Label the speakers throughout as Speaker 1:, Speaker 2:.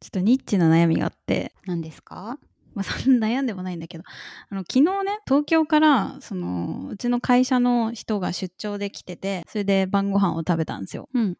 Speaker 1: ちょっとニッチな悩みがあって、
Speaker 2: 何ですか
Speaker 1: まあ、そんな悩んでもないんだけどあの昨日ね東京からそのうちの会社の人が出張で来ててそれで晩ご飯を食べたんですよ、
Speaker 2: うん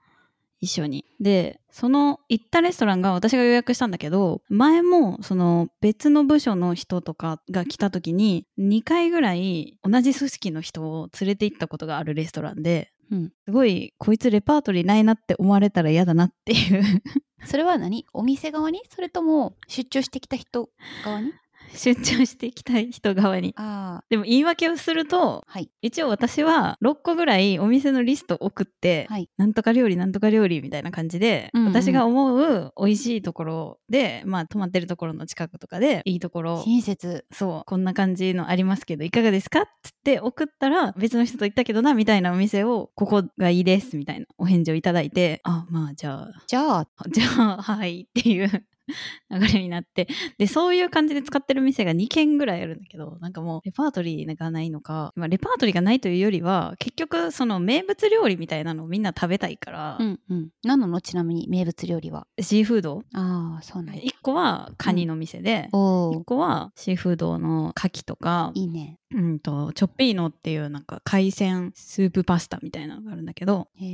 Speaker 1: 一緒にでその行ったレストランが私が予約したんだけど前もその別の部署の人とかが来た時に2回ぐらい同じ組織の人を連れて行ったことがあるレストランで、
Speaker 2: うん
Speaker 1: すごいこいつレパートリーないなって思われたら嫌だなっていう
Speaker 2: それは何お店側にそれとも出張してきた人側 に
Speaker 1: 出張していきたい人側に。
Speaker 2: ああ
Speaker 1: でも言い訳をすると
Speaker 2: はい
Speaker 1: 一応私は6個ぐらいお店のリスト送って、
Speaker 2: はい
Speaker 1: なんとか料理なんとか料理みたいな感じで、
Speaker 2: うんうん
Speaker 1: 私が思う美味しいところでまあ泊まってるところの近くとかでいいところ
Speaker 2: 親切
Speaker 1: そうこんな感じのありますけどいかがですかっつって送ったら別の人と行ったけどなみたいなお店をここがいいですみたいなお返事をいただいてあまあじゃあ
Speaker 2: じゃあ
Speaker 1: じゃあ、はいっていう 流れになって。で、そういう感じで使ってる店が2軒ぐらいあるんだけど、なんかもう、レパートリーがないのか、まあ、レパートリーがないというよりは、結局、その名物料理みたいなのをみんな食べたいから、
Speaker 2: うんうん何なのちなみに名物料理は
Speaker 1: シーフード
Speaker 2: ああそうなんだ
Speaker 1: ?1 個はカニの店で、
Speaker 2: お
Speaker 1: 1
Speaker 2: お
Speaker 1: 個はシーフードの牡蠣とか、
Speaker 2: いいね
Speaker 1: うんと、チョッピーノっていうなんか海鮮スープパスタみたいなのがあるんだけど、
Speaker 2: へ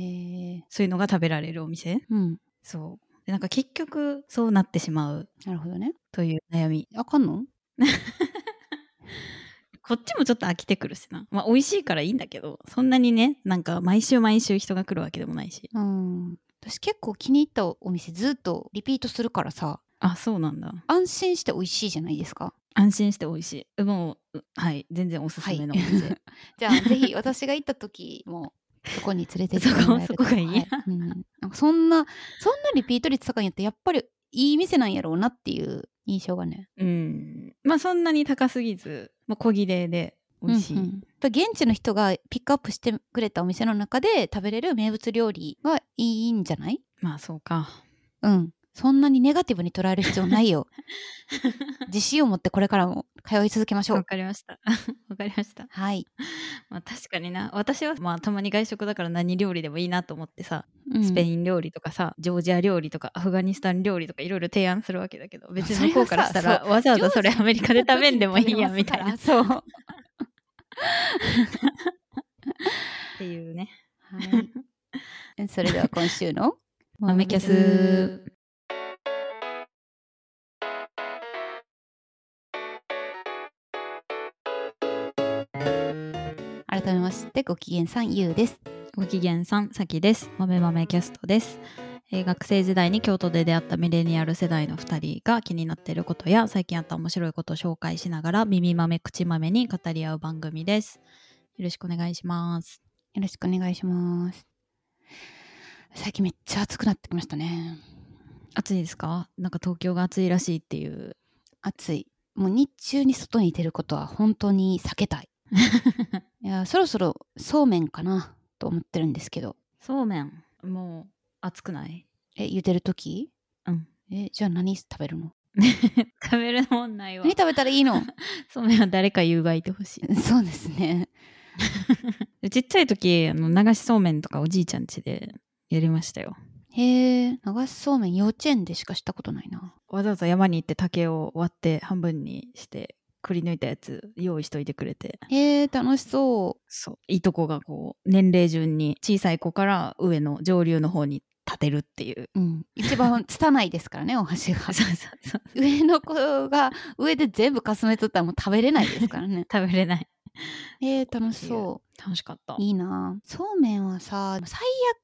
Speaker 2: え
Speaker 1: そういうのが食べられるお店
Speaker 2: うん
Speaker 1: そう。で、なんか結局、そうなってしまう
Speaker 2: なるほどね
Speaker 1: という悩み。
Speaker 2: あかんの
Speaker 1: こっちもちょっと飽きてくるしな。まあ美味しいからいいんだけど、そんなにね、なんか毎週毎週人が来るわけでもないし。
Speaker 2: うん私結構気に入ったお店ずっとリピートするからさ
Speaker 1: あ、そうなんだ。
Speaker 2: 安心して美味しいじゃないですか
Speaker 1: 安心して美味しい。もう、うはい、全然おすすめのお店。
Speaker 2: じゃあぜひ私が行った時もそこに連れて行ってもらえると
Speaker 1: そこそこがいい
Speaker 2: はうん、なんかそんなそんなリピート率高いんやったらやっぱりいい店なんやろうなっていう印象がね
Speaker 1: うん。まあそんなに高すぎず、まあ、小切れで美味しい。
Speaker 2: うんうんやっぱ現地の人がピックアップしてくれたお店の中で食べれる名物料理はいいんじゃない
Speaker 1: まあそうか。
Speaker 2: うんそんなにネガティブに捉える必要ない よ自信を持ってこれからも通い続けましょ
Speaker 1: わ
Speaker 2: う
Speaker 1: かりました。 わかりました。
Speaker 2: はい、
Speaker 1: まあ確かにな。私はまあたまに外食だから何料理でもいいなと思ってさ、
Speaker 2: うん
Speaker 1: スペイン料理とかさ、ジョージア料理とかアフガニスタン料理とかいろいろ提案するわけだけど、別に向こうからした
Speaker 2: それは
Speaker 1: ら
Speaker 2: さ
Speaker 1: わざわざそれ
Speaker 2: ジョージ
Speaker 1: アメリカで食べんでもいいやみたいなっ
Speaker 2: そう。は
Speaker 1: ていうね。
Speaker 2: い。それでは今週の
Speaker 1: 豆キャス。
Speaker 2: 改めましてご機嫌さんゆうです。
Speaker 1: ご機嫌さん、さきです。豆豆キャストです。えー学生時代に京都で出会ったミレニアル世代の2人が気になっていることや最近あった面白いことを紹介しながら耳豆口豆に語り合う番組です。よろしくお願いします。
Speaker 2: よろしくお願いします。最近めっちゃ暑くなってきましたね。
Speaker 1: 暑いですかなんか東京が暑いらしいっていう。
Speaker 2: 暑い。もう日中に外に出ることは本当に避け たい。いやそろそろそうめんかなと思ってるんですけど。
Speaker 1: そうめん、もう暑くない
Speaker 2: え、茹でるとき
Speaker 1: うん。
Speaker 2: え、じゃあ何食べるの
Speaker 1: 食べるもんないわ
Speaker 2: 何。食べたらい いの
Speaker 1: そうめんは誰か優がいてほしい。
Speaker 2: そうですね。
Speaker 1: で ちっちゃい時あの流しそうめんとかおじいちゃん家でやりましたよ
Speaker 2: へえ、流しそうめん幼稚園でしかしたことないな。
Speaker 1: わざわざ山に行って竹を割って半分にしてくり抜いたやつ用意しといてくれて
Speaker 2: へえ、楽しそ
Speaker 1: そういとこがこう年齢順に小さい子から上の上流の方に立てるっていう
Speaker 2: う。うん。一番拙いですからね、お箸が
Speaker 1: そう。そうそう。
Speaker 2: 上の子が上で全部かすめとったらもう食べれないですからね
Speaker 1: 食べれない
Speaker 2: えー、楽しそ
Speaker 1: 楽しかった
Speaker 2: う。いいなあそうめんはさ、最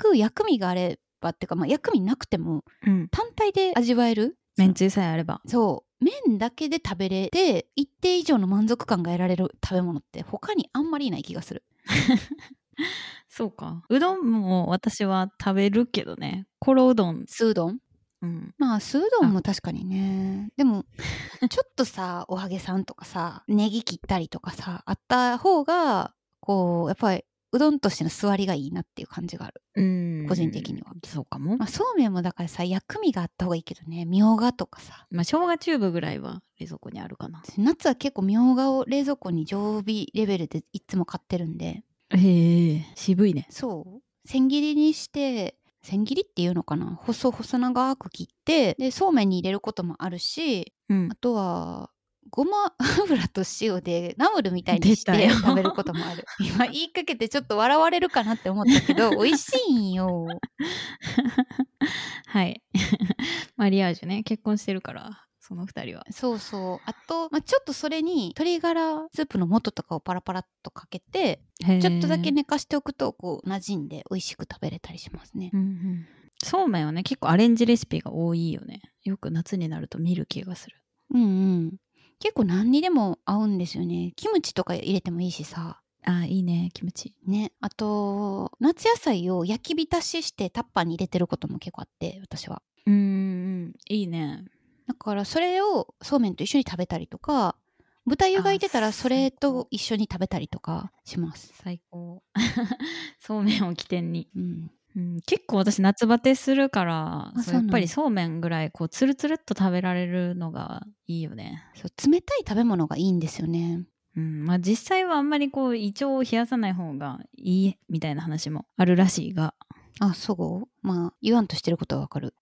Speaker 2: 悪薬味があればっていうか、まあ、薬味なくても
Speaker 1: うん
Speaker 2: 単体で味わえる。
Speaker 1: めんつゆさえあれば
Speaker 2: そう。麺だけで食べれて、一定以上の満足感が得られる食べ物って他にあんまりいない気がする。
Speaker 1: そうかうどんも私は食べるけどねコロうどん、
Speaker 2: 酢うどん
Speaker 1: うん、
Speaker 2: まあ酢うどんも確かにねで もちょっとさおはげさんとかさネギ切ったりとかさあった方がこうやっぱりうどんとしての座りがいいなっていう感じがある、
Speaker 1: うん
Speaker 2: 個人的には
Speaker 1: そうかも
Speaker 2: まあ、そうめんもだからさ薬味があった方がいいけどねみょうがとかさ
Speaker 1: まあ、生姜チューブぐらいは冷蔵庫にあるかな。
Speaker 2: 夏は結構みょうがを冷蔵庫に常備レベルでいつも買ってるんで
Speaker 1: へえ、渋いね。
Speaker 2: そう千切りにして千切りっていうのかな細細長く切ってでそうめんに入れることもあるし
Speaker 1: うん
Speaker 2: あとはごま 油と塩でナムルみたいにし
Speaker 1: 出た
Speaker 2: て
Speaker 1: よ
Speaker 2: 食べることも ある今言いかけてちょっと笑われるかなって思ったけど美味しいんよ
Speaker 1: はい。 マリアージュね、結婚してるから、その二人は。
Speaker 2: そうそうあと、まあ、ちょっとそれに鶏ガラスープの素とかをパラパラっとかけてちょっとだ
Speaker 1: ね。
Speaker 2: け寝かしておくとこう馴染んで美味しく食べれたりしますね
Speaker 1: うんうん。そうめんはね、結構アレンジレシピが多いよね。よく夏になると見る気がする。
Speaker 2: うんうん結構何にでも合うんですよねキムチとか入れてもいいしさ
Speaker 1: あーいいね、キムチ。
Speaker 2: ねあと夏野菜を焼き浸ししてタッパーに入れてることも結構あって私は
Speaker 1: うんうん、いいね。
Speaker 2: だからそれをそうめんと一緒に食べたりとか豚湯がいてた
Speaker 1: あ
Speaker 2: らそれ
Speaker 1: 最
Speaker 2: と
Speaker 1: 高
Speaker 2: 一緒に食べたりとかします
Speaker 1: 最高。 そうめんを起点に。
Speaker 2: うん
Speaker 1: うん、結構私夏バテするから
Speaker 2: あ
Speaker 1: そう
Speaker 2: そうな
Speaker 1: や
Speaker 2: ん
Speaker 1: っ
Speaker 2: だ
Speaker 1: ぱりそうめんぐらいこうつるつるっと食べられるのがいいよね、
Speaker 2: そう冷たい食べ物がいいんですよね
Speaker 1: うんまあ、実際はあんまりこう胃腸を冷やさない方がいいみたいな話もあるらしいが
Speaker 2: あそうまあ言わんとしてることはわか る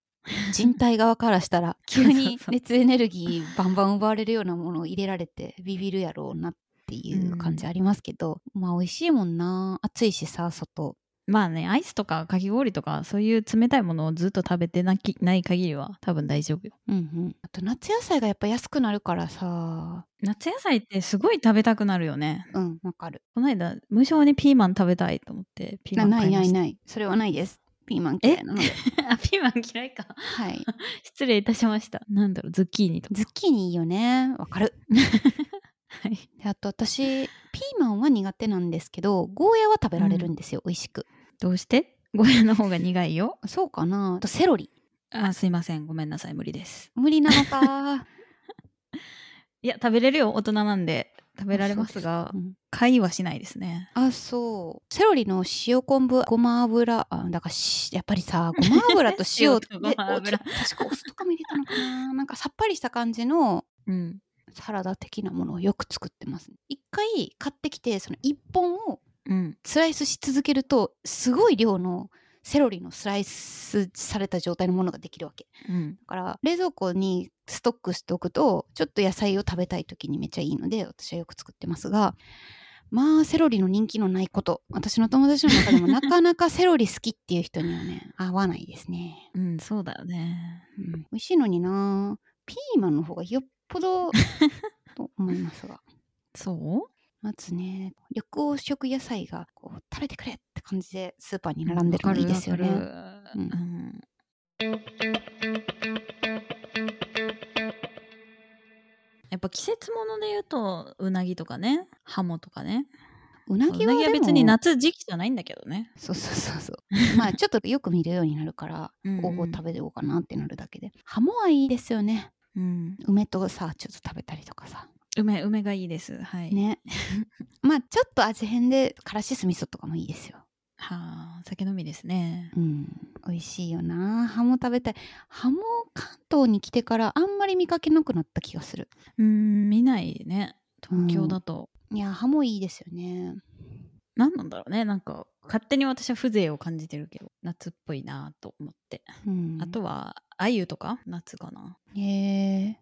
Speaker 2: 人体側からした ら急
Speaker 1: そう
Speaker 2: に
Speaker 1: そうそう
Speaker 2: 熱エネルギーバンバン奪われるようなものを入れられてビビるやろうなっていう感じありますけど、まあ美味しいもんな暑いしさ外
Speaker 1: まあねアイスとかかき氷とかそういう冷たいものをずっと食べてなきない限りは多分大丈夫よ
Speaker 2: うんうんあと夏野菜がやっぱ安くなるからさ
Speaker 1: 夏野菜ってすごい食べたくなるよね
Speaker 2: うんわかる
Speaker 1: この間無性にピーマン食べたいと思ってピー
Speaker 2: な
Speaker 1: マン
Speaker 2: な
Speaker 1: 買
Speaker 2: い
Speaker 1: いま
Speaker 2: ない
Speaker 1: した
Speaker 2: ないそれはないですピーマン嫌いなので
Speaker 1: あピーマン嫌いか
Speaker 2: はい
Speaker 1: 失礼いたしましたなんだろうズッキーニとか
Speaker 2: ズッキーニいいよねわかる
Speaker 1: はい
Speaker 2: であと私ピーマンは苦手なんですけどゴーヤは食べられるんですよ、美味しく
Speaker 1: どうしてゴーヤの方が苦いよ。
Speaker 2: そうかなあとセロリ
Speaker 1: あ、すいません。ごめんなさい。無理です。
Speaker 2: 無理なの か
Speaker 1: いや、食べれるよ。大人なんで。食べられますが
Speaker 2: あそうですか、うん
Speaker 1: 会はしないですね。
Speaker 2: あそうセロリの塩昆布ごま油あだからしやっぱりさごま油と塩
Speaker 1: 塩
Speaker 2: で
Speaker 1: と ごま油
Speaker 2: おちょ確かお酢とかも入れたのかななんかさっぱりした感じの
Speaker 1: うん。
Speaker 2: サラダ的なものをよく作ってます一回買ってきてその一本を
Speaker 1: うん。
Speaker 2: スライスし続けるとすごい量のセロリのスライスされた状態のものができるわけ
Speaker 1: うん。
Speaker 2: だから冷蔵庫にストックしておくとちょっと野菜を食べたい時にめっちゃいいので私はよく作ってますがまあセロリの人気のないこと私の友達の中 でもなかなかセロリ好きっていう人にはね合わないですね、
Speaker 1: うん、そうだよね。
Speaker 2: うん、美味しいのになピーマンの方がよっぽどと思いますが
Speaker 1: そ
Speaker 2: まずね緑黄色野菜がこう食べてくれって感じでスーパーに
Speaker 1: う
Speaker 2: 並んでるのいいですよね
Speaker 1: わかるわかる
Speaker 2: うん
Speaker 1: うんやっぱ季節もので言うとうなぎとかねハモとかね
Speaker 2: うなぎ
Speaker 1: うな
Speaker 2: は
Speaker 1: ぎ
Speaker 2: で
Speaker 1: は
Speaker 2: も
Speaker 1: 別に夏時期じゃないんだけどね、
Speaker 2: そうそうそうそうまあちょっとよく見るようになるから
Speaker 1: うんうん
Speaker 2: おお食べようかなってなるだけでハモはいいですよね
Speaker 1: うん、
Speaker 2: 梅とさちょっと食べたりとかさ
Speaker 1: 梅梅がいいですはい
Speaker 2: ね まあちょっと味変でからし酢味噌とかもいいですよ
Speaker 1: はあ、酒飲みですね。
Speaker 2: うん美味しいよなハモ食べたいハモ関東に来てからあんまり見かけなくなった気がする
Speaker 1: うーん、見ないね。東京だと。
Speaker 2: いやハモいいですよね
Speaker 1: 何なんだろうね。なんか、勝手に私は風情を感じてるけど、夏っぽいなと思って。
Speaker 2: うん
Speaker 1: あとは、鮎とか夏かな。
Speaker 2: へえ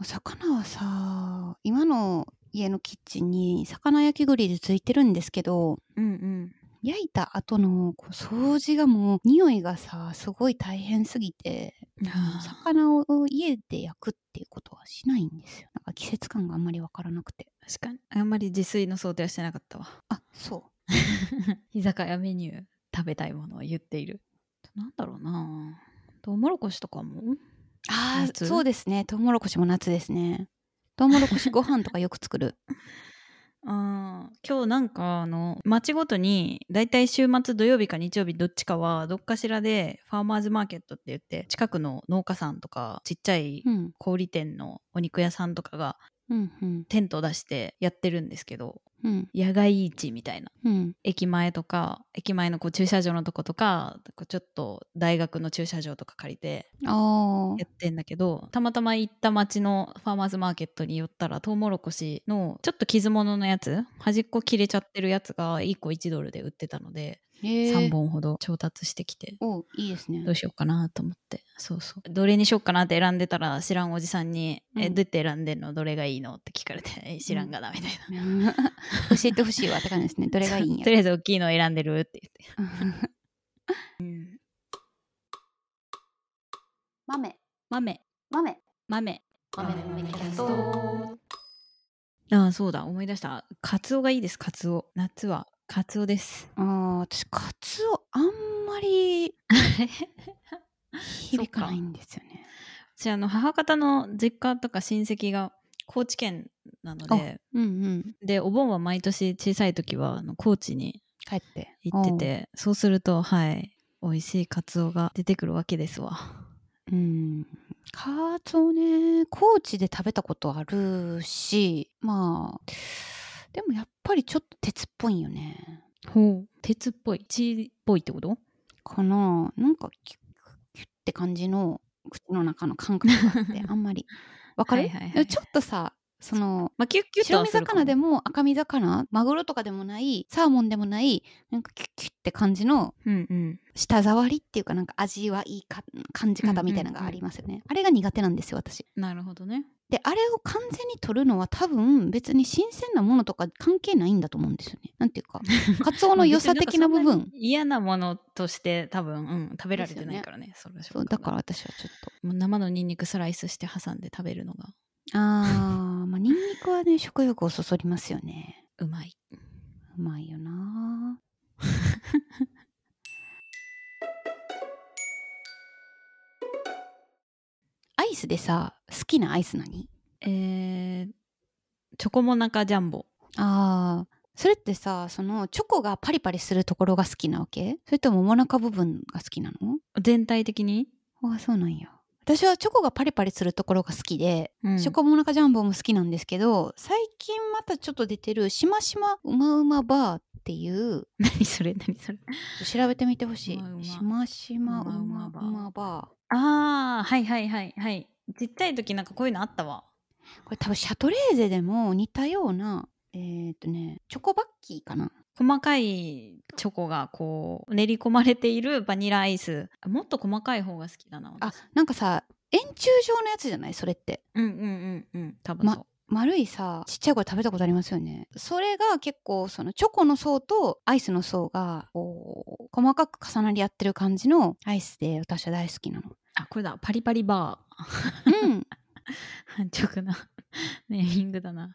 Speaker 2: お魚はさ今の家のキッチンに魚焼きグリルついてるんですけど
Speaker 1: うんうん。
Speaker 2: 焼いた後のこう掃除がもう匂いがさすごい大変すぎて
Speaker 1: あ
Speaker 2: 魚を家で焼くっていうことはしないんですよなんか季節感があんまりわからなくて
Speaker 1: ー確かに。あんまり自炊の想定はしてなか ったわ。
Speaker 2: あそう
Speaker 1: 居酒屋メニュー、食べたいものを言っている。なんだろうなトウモロコシとかも
Speaker 2: あー
Speaker 1: 夏
Speaker 2: そうですねトウモロコシも夏ですねトウモロコシご飯とかよく作る
Speaker 1: あー今日なんかあの町ごとにだいたい週末土曜日か日曜日どっちかはどっかしらでファーマーズマーケットって言って近くの農家さんとかちっちゃい
Speaker 2: うん
Speaker 1: 小売店のお肉屋さんとかが
Speaker 2: うんうん
Speaker 1: テントを出してやってるんですけど
Speaker 2: うん
Speaker 1: 野外市みたいな
Speaker 2: うん
Speaker 1: 駅前とか駅前のこう駐車場のとことかこうちょっと大学の駐車場とか借りて
Speaker 2: あー
Speaker 1: やってんだけどたまたま行った町のファーマーズマーケットに寄ったらトウモロコシのちょっと傷物のやつ端っこ切れちゃってるやつが1個1ドルで売ってたので3本ほど調達してきて、
Speaker 2: おういいですね
Speaker 1: どうしようかなと思ってそうそうどれにしようかなって選んでたら知らんおじさんに「
Speaker 2: うん
Speaker 1: えどうやって選んでんのどれがいいの?」って聞かれてえ「知らんがな」みたいな。
Speaker 2: 教えてほしいわって感じですねどれがいいんや
Speaker 1: とりあえず大きいのを選んでるって言 って。豆
Speaker 2: 豆豆
Speaker 1: 豆
Speaker 2: 豆の豆キャスト
Speaker 1: ああそうだ思い出したカツオがいいですカツオ夏はカツオです
Speaker 2: あー私カツオあんまり響かないんですよね
Speaker 1: 私あの母方の実家とか親戚が高知県なので
Speaker 2: うんうん
Speaker 1: でお盆は毎年小さい時はあの高知に
Speaker 2: 帰って
Speaker 1: 行っててそうするとはい美味しいカツオが出てくるわけですわ
Speaker 2: おううんカツオね高知で食べたことあるしまあでもやっぱりちょっと鉄っぽいんよね
Speaker 1: ほう鉄っぽい血っぽいってこと
Speaker 2: かななんかキュッキュッって感じの口の中の感覚があって あんまりわかる
Speaker 1: はいはいはい
Speaker 2: ちょっとさその
Speaker 1: まあキュッキュッと
Speaker 2: 白
Speaker 1: は
Speaker 2: 身
Speaker 1: するかも
Speaker 2: 魚でも赤身魚マグロとかでもないサーモンでもないなんかキュッキュッって感じの
Speaker 1: うんうん
Speaker 2: 舌触りっていうかなんか味はいいか感じ方みたいなのがありますよね、あれが苦手なんですよ私
Speaker 1: なるほどね
Speaker 2: であれを完全に取るのは多分別に新鮮なものとか関係ないんだと思うんですよねなんていうかカツオの良さ的な部
Speaker 1: まあ別にん
Speaker 2: 分
Speaker 1: かそんに嫌なものとして多分、うん、食べられてないからねそれは食
Speaker 2: そう
Speaker 1: 感
Speaker 2: だから
Speaker 1: が
Speaker 2: 私はちょっと
Speaker 1: もう生のニンニクスライスして挟んで食べるのが
Speaker 2: あー、まあ、ニンニクはね、食欲をそそりますよね。
Speaker 1: うまいう
Speaker 2: まいよな。 アイスでさ、好きなアイス何
Speaker 1: えー、チョコモナカジャンボ
Speaker 2: あー、それってさ、そのチョコがパリパリするところが好きなわけそれとももなか部分が好きなの
Speaker 1: 全体的に、
Speaker 2: あー、そうなんや。私はチョコがパリパリするところが好きで、
Speaker 1: うん
Speaker 2: チョコモナカジャンボも好きなんですけど最近またちょっと出てるしましまうまうまバーっていう
Speaker 1: 何それ何それ
Speaker 2: 調べてみてほし
Speaker 1: うまうま
Speaker 2: いしましまうまうま
Speaker 1: うまうま
Speaker 2: バ
Speaker 1: ああはいはいはいはいちっちゃい時なんかこういうのあったわ
Speaker 2: ーこれ多分シャトレーゼでも似たようなえーっとねチョコバッキーかな
Speaker 1: 細かいチョコがこう練り込まれているバニラアイスもっと細かい方が好きだな
Speaker 2: あ
Speaker 1: 私
Speaker 2: なんかさ円柱状のやつじゃないそれって
Speaker 1: うんうんうんうん多分そう、
Speaker 2: 丸いさちっちゃい頃食べたことありますよねそれが結構そのチョコの層とアイスの層がこう細かく重なり合ってる感じのアイスで私は大好きなの
Speaker 1: あこれだパリパリバ
Speaker 2: うん
Speaker 1: ー 半直なネーミングだな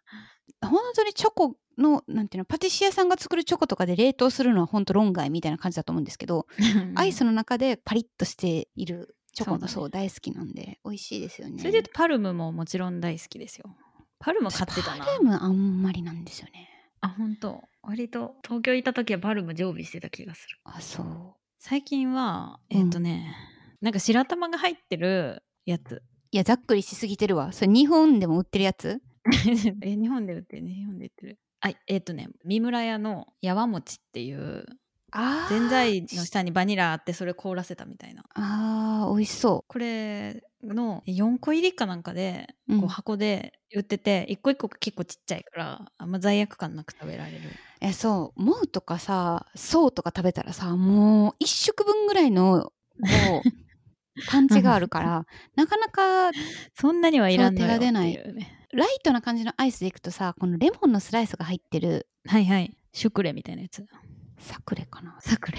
Speaker 2: 本当にチョコのなんていうのパティシエさんが作るチョコとかで冷凍するのは本当論外みたいな感じだと思うんですけど、アイスの中でパリッとしているチョコの
Speaker 1: そう
Speaker 2: 層大好きなんで、美味しいですよね
Speaker 1: それで言うとパルムももちろん大好きですよパルム買ってたな
Speaker 2: パルムあんまりなんですよね
Speaker 1: あ本当割と東京いた時はパルム常備してた気がする
Speaker 2: あそう
Speaker 1: 最近は
Speaker 2: うん
Speaker 1: えっ、とね、なんか白玉が入ってるやつ
Speaker 2: いやざっくりしすぎてるわそれ日本でも売ってるやつ
Speaker 1: え日本で売ってるね日本で売ってるあえっ、とね三村屋のやわもちっていう
Speaker 2: あ
Speaker 1: ぜんざいの下にバニラあってそれ凍らせたみたいな
Speaker 2: あー美味しそ
Speaker 1: これの4個入りかなんかで、
Speaker 2: うん
Speaker 1: こう箱で売ってて一個一個結構ちっちゃいからあんま罪悪感なく食べられる
Speaker 2: うえそうモウとかさそうとか食べたらさもう一食分ぐらい のこうパンチがあるからなかなか
Speaker 1: そんなにはいらんのよっていう
Speaker 2: そ
Speaker 1: ね
Speaker 2: ライトな感じのアイスでいくとさこのレモンのスライスが入ってる
Speaker 1: はいはいシュクレみたいなやつ
Speaker 2: サクレかな
Speaker 1: サクレ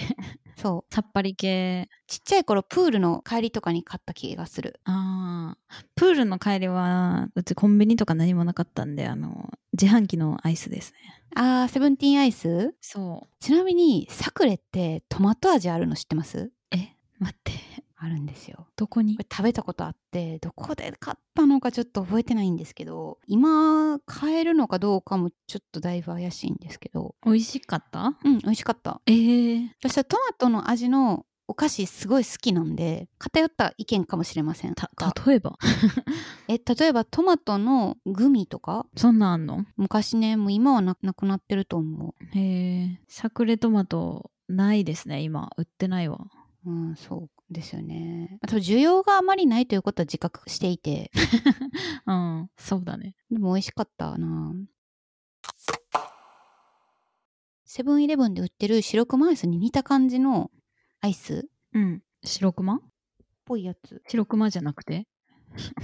Speaker 2: そ
Speaker 1: さっぱり系
Speaker 2: うちっちゃい頃プールの帰りとかに買った気がする
Speaker 1: あープールの帰りはうちコンビニとか何もなかったんであの自販機のアイスですね
Speaker 2: あーセブンティーンアイス
Speaker 1: そ
Speaker 2: ちなみにサクレってトマト味あるの知ってます
Speaker 1: うえ待って
Speaker 2: あるんですよ
Speaker 1: どこに
Speaker 2: これ食べたことあってどこで買ったのかちょっと覚えてないんですけど今買えるのかどうかもちょっとだいぶ怪しいんですけど
Speaker 1: 美味しかった
Speaker 2: うん美味しかった
Speaker 1: えー、
Speaker 2: 私はトマトの味のお菓子すごい好きなんで偏った意見かもしれません
Speaker 1: た
Speaker 2: が
Speaker 1: 例えば
Speaker 2: え例えばトマトのグミとか
Speaker 1: そんなんあんの
Speaker 2: 昔ねもう今はななくなってると思
Speaker 1: へえサクレトマトないですね今売ってないわ
Speaker 2: ううんそうですよねあと需要があまりないということは自覚していて
Speaker 1: うんそうだね
Speaker 2: でも美味しかったなセブンイレブンで売ってる白熊アイスに似た感じのアイスっ
Speaker 1: うん。白熊
Speaker 2: ぽいやつ
Speaker 1: 白熊じゃなくて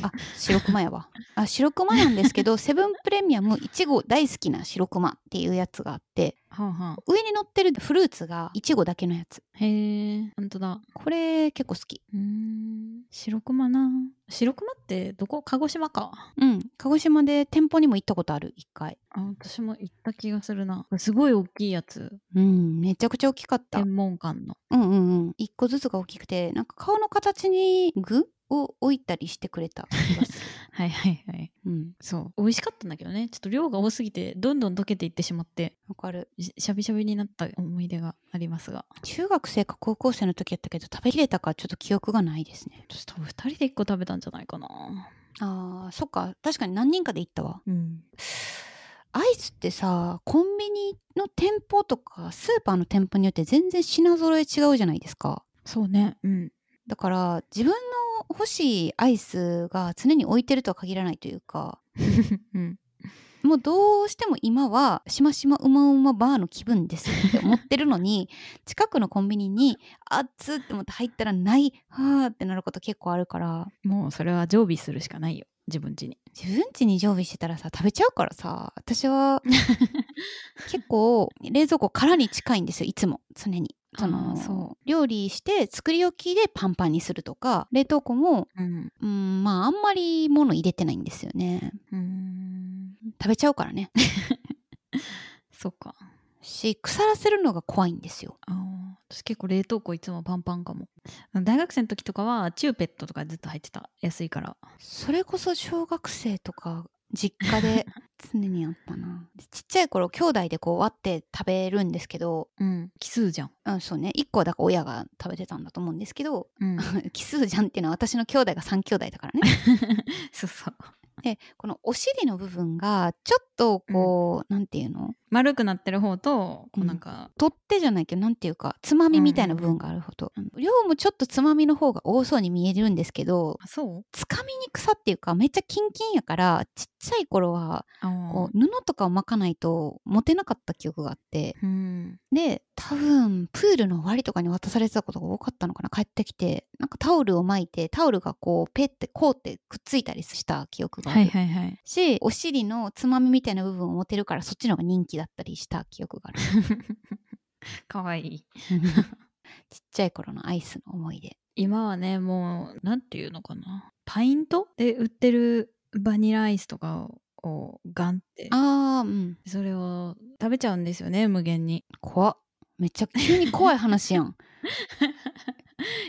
Speaker 2: あ白熊やわあ白熊なんですけど セブンプレミアムいちご大好きな白熊っていうやつがあって
Speaker 1: はあは
Speaker 2: 上に乗ってるフルーツがいちごだけのやつ
Speaker 1: あ。へえ、ほんとだ。
Speaker 2: これ結構好き
Speaker 1: うーん。白熊な。白熊ってどこ鹿児島か。
Speaker 2: うん鹿児島で店舗にも行ったことある一回
Speaker 1: あ、私も行った気がするな。すごい大きいやつ。
Speaker 2: うんめちゃくちゃ大きかった
Speaker 1: 天文館の。
Speaker 2: うんうんうん一個ずつが大きくてなんか顔の形に具を置いたりしてくれた気がする、
Speaker 1: はいはいはい。
Speaker 2: うん、
Speaker 1: そう。美味しかったんだけどね。ちょっと量が多すぎて、どんどん溶けていってしまって、
Speaker 2: わかる
Speaker 1: ししゃびしゃびになった思い出がありますが。
Speaker 2: 中学生か高校生の時やったけど食べきれたかちょっと記憶がないですね
Speaker 1: 私多分2人で1個食べたんじゃないかな。
Speaker 2: あーそっか確かに何人かで行ったわ
Speaker 1: うん。
Speaker 2: アイスってさコンビニの店舗とかスーパーの店舗によって全然品揃え違うじゃないですか
Speaker 1: そうね。うん。
Speaker 2: だから自分の欲しいアイスが常に置いてるとは限らないというか
Speaker 1: うん。
Speaker 2: もうどうしても今はしましまうまうまバーの気分ですって思ってるの に近くのコンビニにあっつって思って入ったらないはーってなること結構あるから
Speaker 1: もうそれは常備するしかないよ。自分家に。
Speaker 2: 自分家に常備してたらさ食べちゃうからさ私は結構冷蔵庫空に近いんですよいつも常に。そ
Speaker 1: あ
Speaker 2: の
Speaker 1: ーそ
Speaker 2: 料理して作り置きでパンパンにするとか冷凍庫も
Speaker 1: うん。
Speaker 2: うんまああんまり物入れてないんですよね
Speaker 1: うん。
Speaker 2: 食べちゃうからね
Speaker 1: そっか。
Speaker 2: し腐らせるのが怖いんですよ
Speaker 1: あー私結構冷凍庫いつもパンパンかも大学生の時とかはチューペットとかずっと入ってた安いから
Speaker 2: それこそ小学生とか実家 で常にあったなちっちゃい頃兄弟でこう割って食べるんですけど
Speaker 1: うん奇数じゃん
Speaker 2: うんそうね1個はだから親が食べてたんだと思うんですけど
Speaker 1: うん
Speaker 2: 奇数じゃんっていうのは私の兄弟が3兄弟だから ね
Speaker 1: そうそう
Speaker 2: でこのお尻の部分がちょっとこう、なんていうの
Speaker 1: 丸くなってる方とこ
Speaker 2: う
Speaker 1: うんなんか、
Speaker 2: 取っ手じゃないけどなんていうかつまみみたいな部分があるほど、あの量もちょっとつまみの方が多そうに見えるんですけど
Speaker 1: あそう
Speaker 2: つかみにくさっていうかめっちゃキンキンやからちっちゃい頃は
Speaker 1: あー
Speaker 2: こう布とかを巻かないと持てなかった記憶があって
Speaker 1: うん
Speaker 2: で多分プールの終わりとかに渡されてたことが多かったのかな帰ってきてなんかタオルを巻いてタオルがこうペッてこうってくっついたりした記憶がある、
Speaker 1: はいはいはい
Speaker 2: しお尻のつまみみたいな部分を持てるからそっちの方が人気だったりした記憶がある
Speaker 1: かわいい
Speaker 2: ちっちゃい頃のアイスの思い出
Speaker 1: 今はねもうなんていうのかなパイントで売ってるバニラアイスとかをガンって
Speaker 2: あーうん
Speaker 1: それを食べちゃうんですよね無限に
Speaker 2: 怖っめっちゃ急に怖い話やん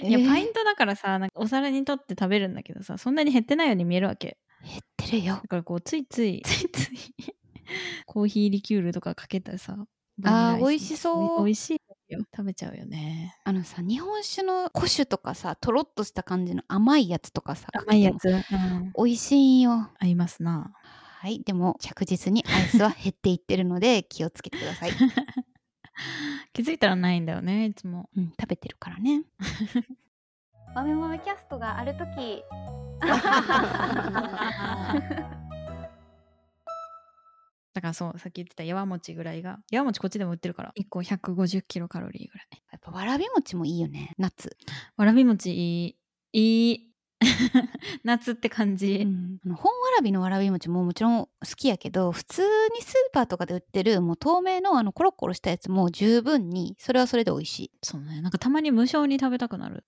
Speaker 1: いや、
Speaker 2: えー
Speaker 1: パイントだからさなんかお皿に取って食べるんだけどさそんなに減ってないように見えるわけ
Speaker 2: 減ってるよ
Speaker 1: だからこうついついついつい コーヒーリキュールとかかけたらさ
Speaker 2: あー
Speaker 1: バニラアイス
Speaker 2: 美味しそう
Speaker 1: おい美味しいよ食べちゃうよね
Speaker 2: あのさ日本酒の古酒とかさとろっとした感じの甘いやつとかさ
Speaker 1: 甘いや
Speaker 2: かけ
Speaker 1: つ、うん、
Speaker 2: ても美味しいんよ
Speaker 1: 合いますな
Speaker 2: はいでも着実にアイスは減っていってるの で気をつけてください、う
Speaker 1: 気づいたらないんだよねいつも
Speaker 2: ん、食べてるか らね
Speaker 3: 豆豆キャストがあるとき
Speaker 1: だからそうさっき言ってたやわもちぐらいがやわもちこっちでも売ってるから1個150キロカロリーぐらい
Speaker 2: やっぱわらび餅もいいよね夏、
Speaker 1: わらび餅いいいい 夏って感じ、
Speaker 2: うんあの本わらびのわらび餅ももちろん好きやけど普通にスーパーとかで売ってるもう透明のあのコロコロしたやつも十分にそれはそれで美味しい
Speaker 1: そうねなんかたまに無性に食べたくなる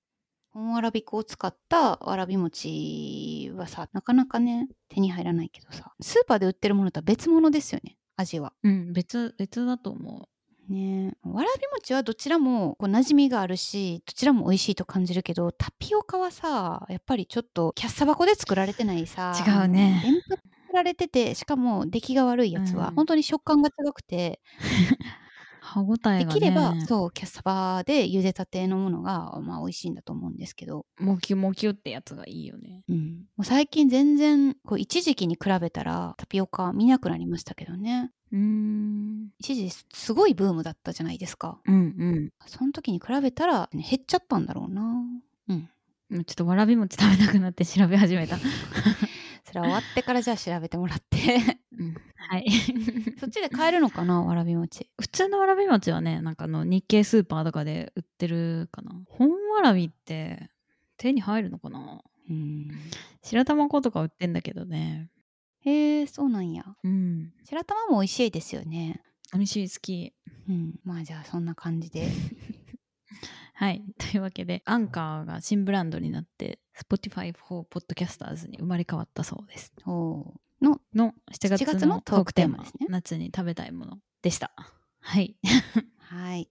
Speaker 2: 本わらび粉を使ったわらび餅はさなかなかね手に入らないけどさスーパーで売ってるものとは別物ですよね味は
Speaker 1: うん別別だと思う
Speaker 2: ねえわらび餅はどちらもこう馴染みがあるしどちらも美味しいと感じるけどタピオカはさやっぱりちょっとキャッサバコで作られてないさ
Speaker 1: 違うね
Speaker 2: あのでんぷんで作られててしかも出来が悪いやつは、
Speaker 1: うん
Speaker 2: 本当に食感が違くて
Speaker 1: 歯ごたえ
Speaker 2: で
Speaker 1: が、ね、
Speaker 2: きればそうキャッサバで茹でたてのものが、まあ、美味しいんだと思うんですけど
Speaker 1: もきゅもきゅってやつがいいよね
Speaker 2: うん、もう最近全然こう一時期に比べたらタピオカ見なくなりましたけどね
Speaker 1: うーん
Speaker 2: 一時すごいブームだったじゃないですか
Speaker 1: うん
Speaker 2: その時に比べたら、ね減っちゃったんだろうな
Speaker 1: うんちょっとわらび餅食べたくなって調べ始めた、
Speaker 2: それは終わってからじゃあ調べてもらって
Speaker 1: うん、はい。
Speaker 2: そっちで買えるのかなわらび餅
Speaker 1: 普通のわらび餅はね、なんかあの日系スーパーとかで売ってるかな。本わらびって手に入るのかな
Speaker 2: うん
Speaker 1: 白玉粉とか売ってんだけどね。
Speaker 2: へえそうなんや
Speaker 1: うん。
Speaker 2: 白玉も美味しいですよね
Speaker 1: 美味しい、好き。
Speaker 2: うんまあじゃあそんな感じで
Speaker 1: はい。 というわけで、アンカーが新ブランドになって、Spotify for Podcasters に生まれ変わったそうです。
Speaker 2: おーの
Speaker 1: の7月の
Speaker 2: 7月のトークテーマですね
Speaker 1: 夏に食べたいものでした。はい。
Speaker 2: はい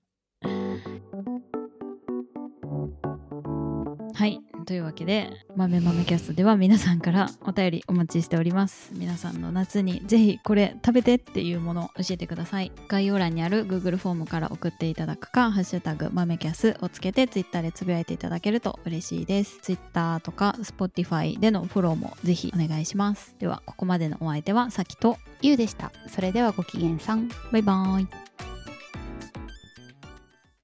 Speaker 1: はい。というわけで、豆豆キャストでは皆さんからお便りお待ちしております。皆さんの夏にぜひこれ食べてっていうものを教えてください。概要欄にある Google フォームから送っていただくか、ハッシュタグ豆キャスをつけて Twitter でつぶやいていただけると嬉しいです。Twitter とか Spotify でのフォローもぜひお願いします。では、ここまでのお相手はさきと、
Speaker 2: ゆうでしたそれではごきげんさん
Speaker 1: バイバーイ。